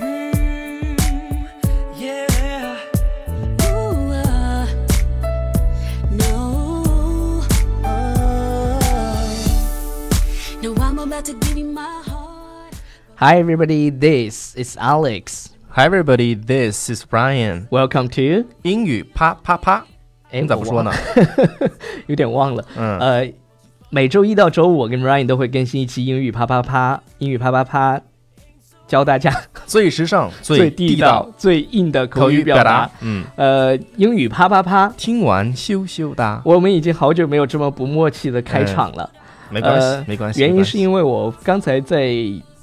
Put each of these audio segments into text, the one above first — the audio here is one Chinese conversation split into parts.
Mm, uh, uh. Hi everybody, this is Alex. Hi everybody, this is Brian。 Welcome to 英语啪啪啪，哎你咋不说呢？有点忘了，嗯呃，每周一到周五，我跟 Ryan 都会更新一期英语啪啪啪，英语啪啪啪，教大家最时尚、最地道、最硬的口口语语表表达。嗯，呃，英语啪啪啪，听完羞羞哒，我们已经好久没有这么不默契的开场了。没关呃系，没关系。原没因关是系因为我刚才在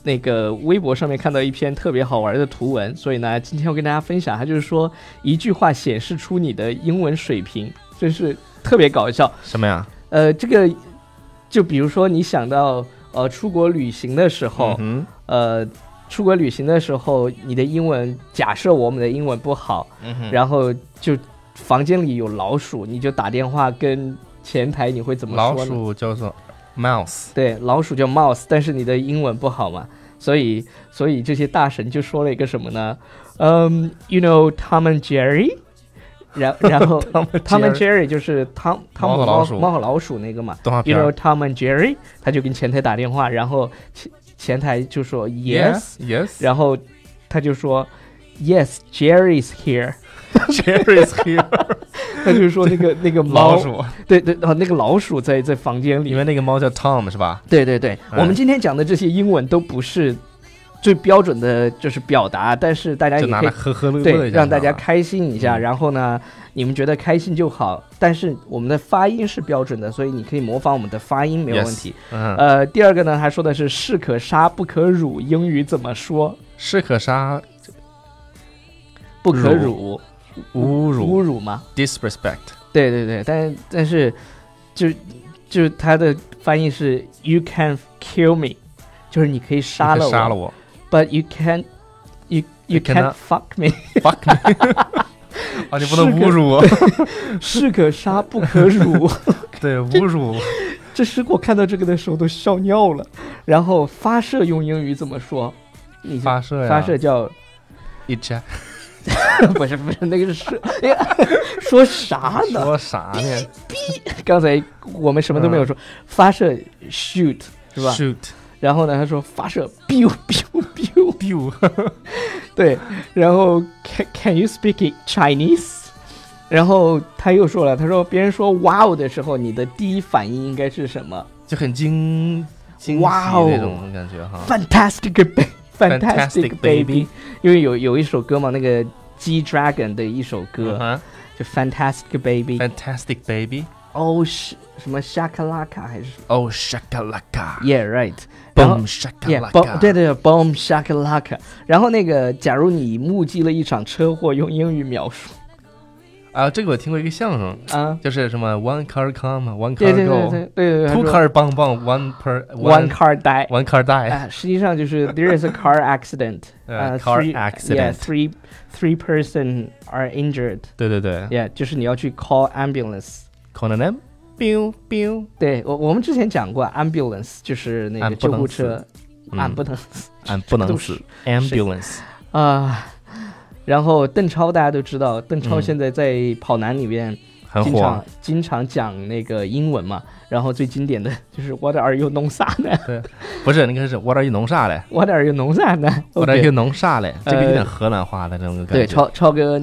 那个微博上面看到一篇特别好玩的图文，所以呢，今天要跟大家分享，它就是说一句话显示出你的英文水平，真是特别搞笑。什么呀？呃，这个就比如说你想到呃出国旅行的时候，嗯呃出国旅行的时候，你的英文假设我们的英文不好，哼，嗯哼，然后就房间里有老鼠，你就打电话跟前台，你会怎么老说呢？鼠叫做 mouse。对，老鼠叫 mouse，但是你的英文不好嘛，所以所以这些大神就说了一个什么呢？嗯、y o u know Tom and Jerry，然然后 Tom and Tom and Jerry 就是汤汤姆猫猫和老鼠啊猫和老鼠那个嘛动画，You 片 know Tom and Jerry，他就跟前台打电话，然后前前台就说 yes， yes，Jerry's 然后他就说 yes Jerry's here， here。他就说那个那个猫老，鼠，对对哦，那个老鼠在在房间里因为那个猫叫 Tom 是吧？对对对，哎我们今天讲的这些英文都不是最标准的，就是表达，但是大家也就拿可来以呵呵乐乐对一下，让大家是吧开心一下。嗯然后呢，你们觉得开心就好，但是我们的发音是标准的，所以你可以模仿我们的发音，没有 Yes 问题。嗯，呃，第二个呢，他说的是“士可杀不可辱”，英语怎么说？士可杀，不可辱辱，侮侮哦辱辱吗？ ，disrespect。对对对，但但是就就他的翻译是 “You can kill me”，就是你可以杀了你可我。杀了我 but you can't you you You can't cannot- fuck me， ，fuck me！啊， 你不能是个侮辱我。士可杀不可辱。对，侮辱 这是我看到这个的时候都笑尿了。然后发射用英语怎么说？你就发射呀，发射叫 eject，不是不是那个是射，哎呀， 说啥呢？说啥呢？刚才我们什么都没有说，发射 shoot 嗯是吧？ ？shoot 然后呢，他说发射 biu biu biu，丢对，然后 can can you speak in Chinese？然后他又说了，他说别人说哇哦的时候，你的第一反应应该是什么？就很惊惊喜哇哦那种感觉哈。嗯 Fantastic ba- Fantastic Fantastic Baby， Baby 因为有有一首歌嘛，那个 G Dragon 的一首歌，嗯就 Fantastic Baby，哼 Fantastic baby，哦是什么 Shakalaka 还是什么哦，shakalaka，boom Yeah right，然后 Yeah boom， shakalaka，对对对 boom Shakalaka，然后那个假如你目击了一场车祸，用英语描述啊，这个我听过一个相声，啊，就是什么 one car come one 对 car 对对 go 对对对 two 他说 car bang bang one per one car die。 one car die，啊，实际上就是 there is a car accident，呃呃 car three- accident yeah，three three person are injured，对对对 Yeah，就是你要去 call ambulance。 ，call an am。biu biu 对我，我们之前讲过 ambulance，就是那个俺不救能护车，嗯俺不能死俺不能都死是，ambulance，啊。然后邓超大家都知道，邓超嗯现在在《跑男》里边很经火常、，经常讲那个英文嘛，然后最经典的就是 What are you 弄啥呢 不是那个是 what are you 弄啥嘞？What are you 弄啥呢？What are OK，you 呃弄啥嘞？这个有点荷兰话的这种感觉。哎对，超超哥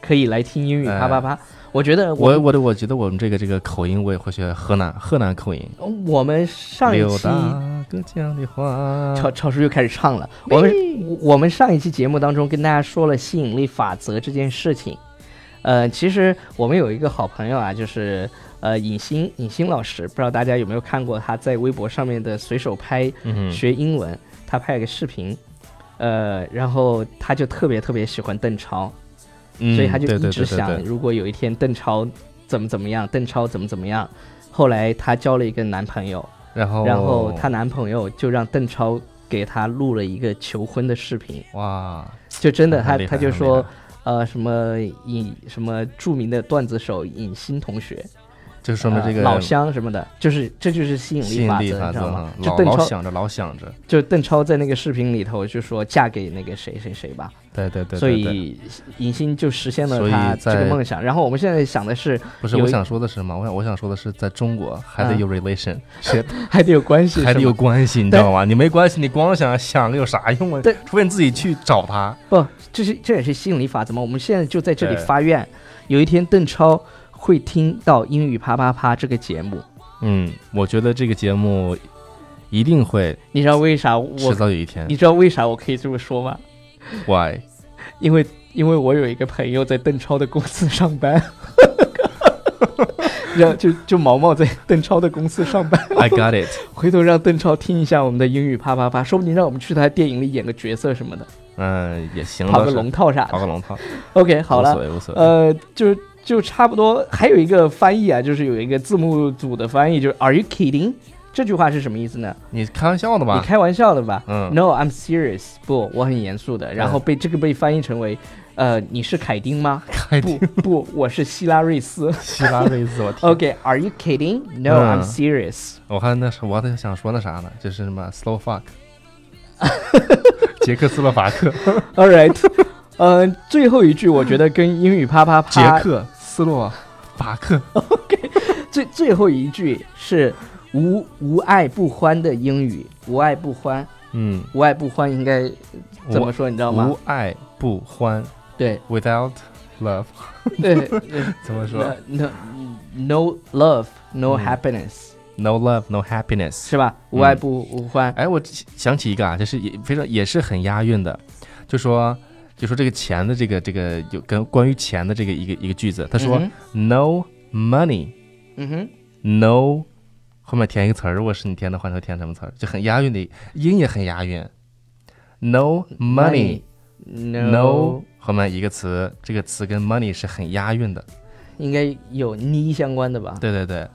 可以来听英语啪啪啪。我觉得我我的我觉得我们这个这个口音我也会学河南河南口音。我我们上一刘期大哥讲的话，超超叔又开始唱了。我们我们上一期节目当中跟大家说了吸引力法则这件事情。呃，其实我们有一个好朋友啊，就是呃尹欣尹欣老师，不知道大家有没有看过他在微博上面的随手拍嗯哼，学英文，他拍了个视频。呃，然后他就特别特别喜欢邓超，嗯所以他就对一对直对对想，对，如果有一天邓超怎么怎么样，邓超怎么怎么样。后来她交了一个男朋友，然后然后她男朋友就让邓超给她录了一个求婚的视频，哇，就真的哦很她厉害她就很厉说害，呃什么尹什么著名的段子手尹欣同学，就说明呃这个老乡什么的，就是这就是吸引吸力引法力则，法你知则道吗哈，？就老邓老超，想着老想着，就邓超在那个视频里头就说嫁给那个谁谁谁吧，对对对，所对对以影星就实现了所以他这个在梦想。然后我们现在想的是不是有我一想说的是什么？我想我想说的是，在中国还得嗯 有 relation，谁还得有关系，还得是吗有关系，你知但道吗？你没关系，你光想想有啥用啊对？除非你自己去找他。不，这是这也是吸引力法则嘛。我们现在就在这里对发愿，有一天邓超会听到《英语啪啪啪》这个节目。嗯，我觉得这个节目一定会你知道为啥我？迟早有一天你。知道为啥我可以这么说吗？ Why？因为因为我有一个朋友在邓超的公司上班， 然后就就毛毛在邓超的公司上班。 I got it 。回头让邓超听一下我们的《英语啪啪啪》，说不定让我们去他的电影里演个角色什么的，嗯，也行，跑倒个是啊龙，套啥跑的。个龙套， OK，好了无所，谓，无所谓。呃，就就差不多。还有一个翻译啊，就是有一个字幕组的翻译，就是 “Are you kidding？” 这句话是什么意思呢？你开玩笑的你吧？开玩笑的吧？嗯 No, I'm serious。不，我很严肃的。然后被这个被翻译成为，呃，你是凯丁吗？开不不，我是希拉瑞 斯。希拉瑞斯， 我天！ OK，Are、you kidding? No, I'm 嗯 serious。我看那是我还想说那啥呢，就是什么 slow fuck，捷克斯洛伐克， All right，呃， 最后一句我觉得跟英语啪啪捷啪克斯洛伐克，最最后一句是无无爱不欢的英语，无爱不欢。嗯，无爱不欢应该怎么说？你知道吗无？爱不欢对，without love 对怎么说，no no no love no 嗯 happiness、 ？No love, no happiness。是吧？无爱不欢，哎，我想起一个啊，就是也非常也是很押韵的，就说就说这个钱的这个这个有跟关于钱的这个一个一个句子，他说、嗯 no money 嗯哼， no 后面填一个词儿，如果是你填的话，你会填什么词儿？就很押韵的，音也很押韵。No money, no, no 后面一个词，这个词跟 money 是很押韵的。应该有呢相关的吧？对对对，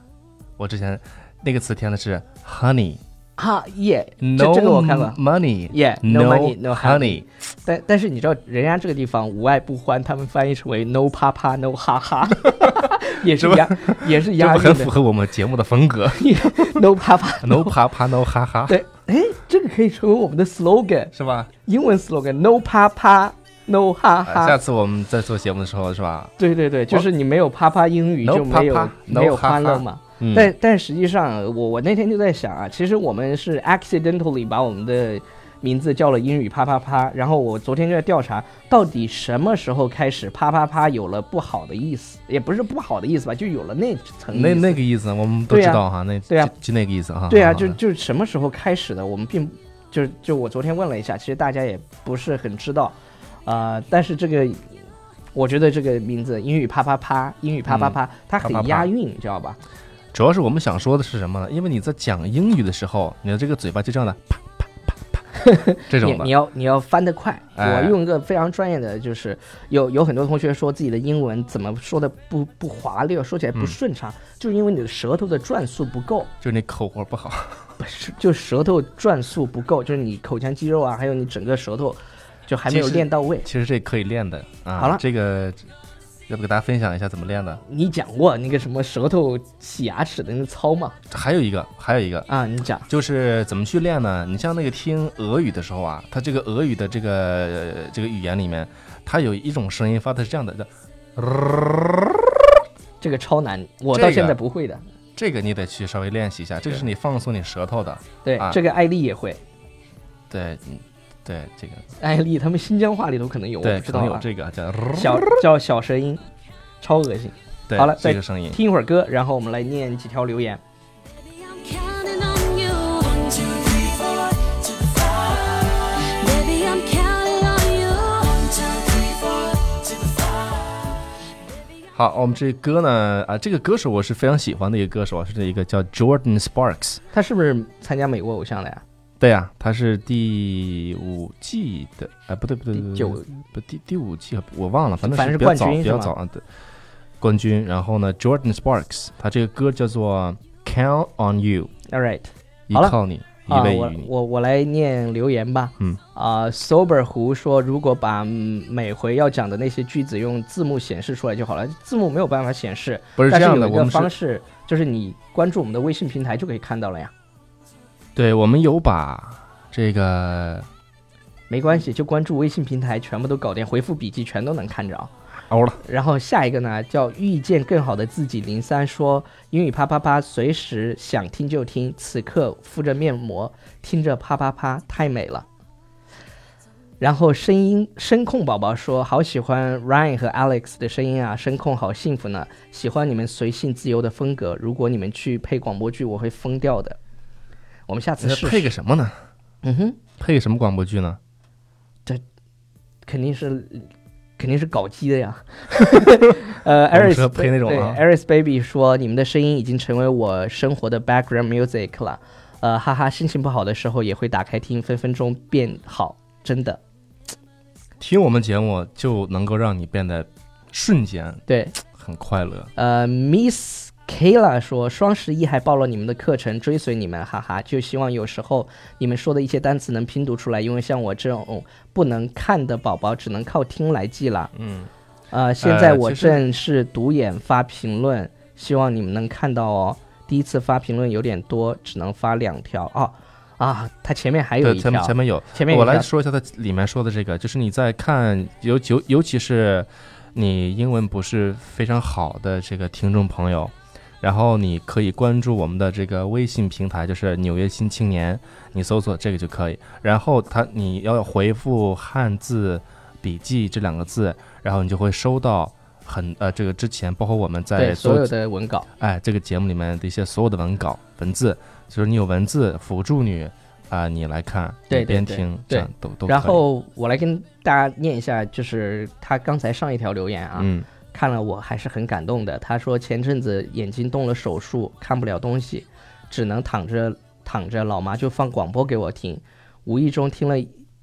我之前那个词填的是 honey。哈耶， No 这这个我看过 money, Yeah, no money, no honey。但但是你知道人家这个地方无爱不欢，他们翻译成为 no 啪啪 no 哈哈， 也是这不押也是这押不韵很符的合我们节目的风格 no 啪啪，no 啪啪，no 哈哈， 对，哎，这个可以成为我们的 slogan，是吧？英文 slogan no 啪啪 no 哈啊下哈。次我们在做节目的时候，是吧？对对对，就是你没有啪啪英语 No 就没有啪啪没有 No 哈哈欢乐嘛。嗯但但实际上，我我那天就在想啊，其实我们是 accidentally 把我们的名字叫了英语啪啪啪，然后我昨天就在调查，到底什么时候开始啪啪啪有了不好的意思，也不是不好的意思吧，就有了那层嗯那意思那个意思我们都对知呀道哈，那对呀就就那个意思哈。对啊，好的就就什么时候开始的，我们并就就我昨天问了一下，其实大家也不是很知道，啊、但是这个我觉得这个名字英语啪啪啪，英语啪啪啪，它嗯啪啪很啪押韵，你知道吧？主要是我们想说的是什么呢？因为你在讲英语的时候，你的这个嘴巴就这样的啪啪 啪啪这你种的你，要你要翻得快，哎我用一个非常专业的，就是有有很多同学说自己的英文怎么说的不不滑溜，说起来嗯不顺畅，就是因为你的舌头的转速不够，就是你口活不好。 不是就舌头转速不够，就是你口腔肌肉啊，还有你整个舌头就还没有其实练到位。其实这可以练的啊。好了这个要不给大家分享一下怎么练的？你讲过那个什么舌头洗牙齿的那个操吗？还有一个，还有一个。啊，你讲，就是怎么去练呢？你像那个听俄语的时候啊，它这个俄语的这个、呃这个语言里面，它有一种声音发的是这样的，叫这个超难，我这到个现在不会的。这个你得去稍微练习一下，这个是你放松你舌头的。对，啊这个艾丽也会， 对，嗯，对，这个艾丽他们新疆话里头可能有，我对，不知可道能有啊。这个叫小叫小舌音，超恶心。对好了再这个声音。听一会儿歌，然后我们来念几条留言。 Baby, I'm counting on you. One, two, three, four, to the five. Baby, I'm counting on you. One, two, three, four, to the five. 好，我们这歌呢啊，这个歌手我是非常喜欢的一个歌手，啊是一个叫 Jordan Sparks。他是不是参加美国偶像的呀？对呀、他是第五季的，哎，不对不对，不对第不对九不第第五季我忘了，反正反是正比是冠军是较早比较吗早啊的冠军。然后呢，Jordan Sparks，他这个歌叫做《Count on You》， ，All right，依好了啊靠你。一位我与你。我我来念留言吧。嗯啊、s o b e r 胡说，如果把嗯每回要讲的那些句子用字幕显示出来就好了，字幕没有办法显示，不是但这是样有的，一我个们方是式，就是你关注我们的微信平台就可以看到了呀。对，我们有把这个没关系，就关注微信平台，全部都搞定，回复笔记全都能看着啊。欧了，然后下一个呢，叫遇见更好的自己零三说英语啪啪啪，随时想听就听，此刻敷着面膜，听着啪啪啪，太美了。然后声音声控宝宝说好喜欢 Ryan 和 Alex 的声音啊，声控好幸福呢，喜欢你们随性自由的风格。如果你们去配广播剧，我会疯掉的。我们下次那试配试，个什么呢？嗯哼，配个什么广播剧呢？肯定是肯定是搞基的 呀。呃我们，Aris 说配那种对啊，Aris Baby 说你们的声音已经成为我生活的 background music 了。呃，哈哈，心情不好的时候也会打开听，分分钟变好，真的。听我们节目就能够让你变得瞬间对，很快乐。呃，Miss Kayla 说双十一还报了你们的课程，追随你们，哈哈。就希望有时候你们说的一些单词能拼读出来，因为像我这种不能看的宝宝，只能靠听来记了。嗯，呃，现在我其实正是独眼发评论，希望你们能看到哦。第一次发评论有点多，只能发两条哦。啊，它前面还有对，一前条，面前面有，前面有我一条来说一下它里面说的这个，就是你在看，尤尤尤其是你英文不是非常好的这个听众朋友，然后你可以关注我们的这个微信平台，就是《纽约新青年》，你搜索这个就可以。然后它你要回复“汉字笔记”这两个字，然后你就会收到很呃这个之前包括我们在对做所有的文稿，哎，这个节目里面的一些所有的文稿、文字，就是你有文字辅助你啊、你来看，你对对边对听，对这样都都可以。然后我来跟大家念一下，就是他刚才上一条留言啊，嗯，看了我还是很感动的。他说前阵子眼睛动了手术，看不了东西，只能躺着躺着，老妈就放广播给我听，无意中听了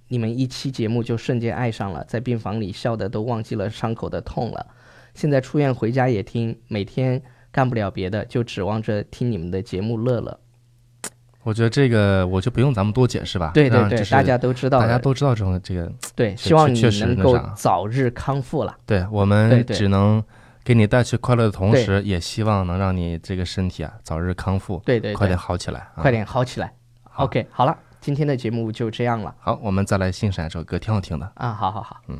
你们一期节目，就瞬间爱上了，在病房里笑的都忘记了伤口的痛了。现在出院回家也听，每天干不了别的，就指望着听你们的节目乐了。我觉得这个我就不用咱们多解释吧，对对让对就，是嗯大家都知道大了，家都知道这种这个，对，确希望你确实能那够啥早日康复了。对对我们对只能给你带去快乐的同对时，也希望能让你这个身体啊早日康复，对对对，快点好起来，啊快。点好起来。好 OK，好了，今天的节目就这样了。好，我们再来欣赏一首歌，挺好听的。啊，好好好，嗯，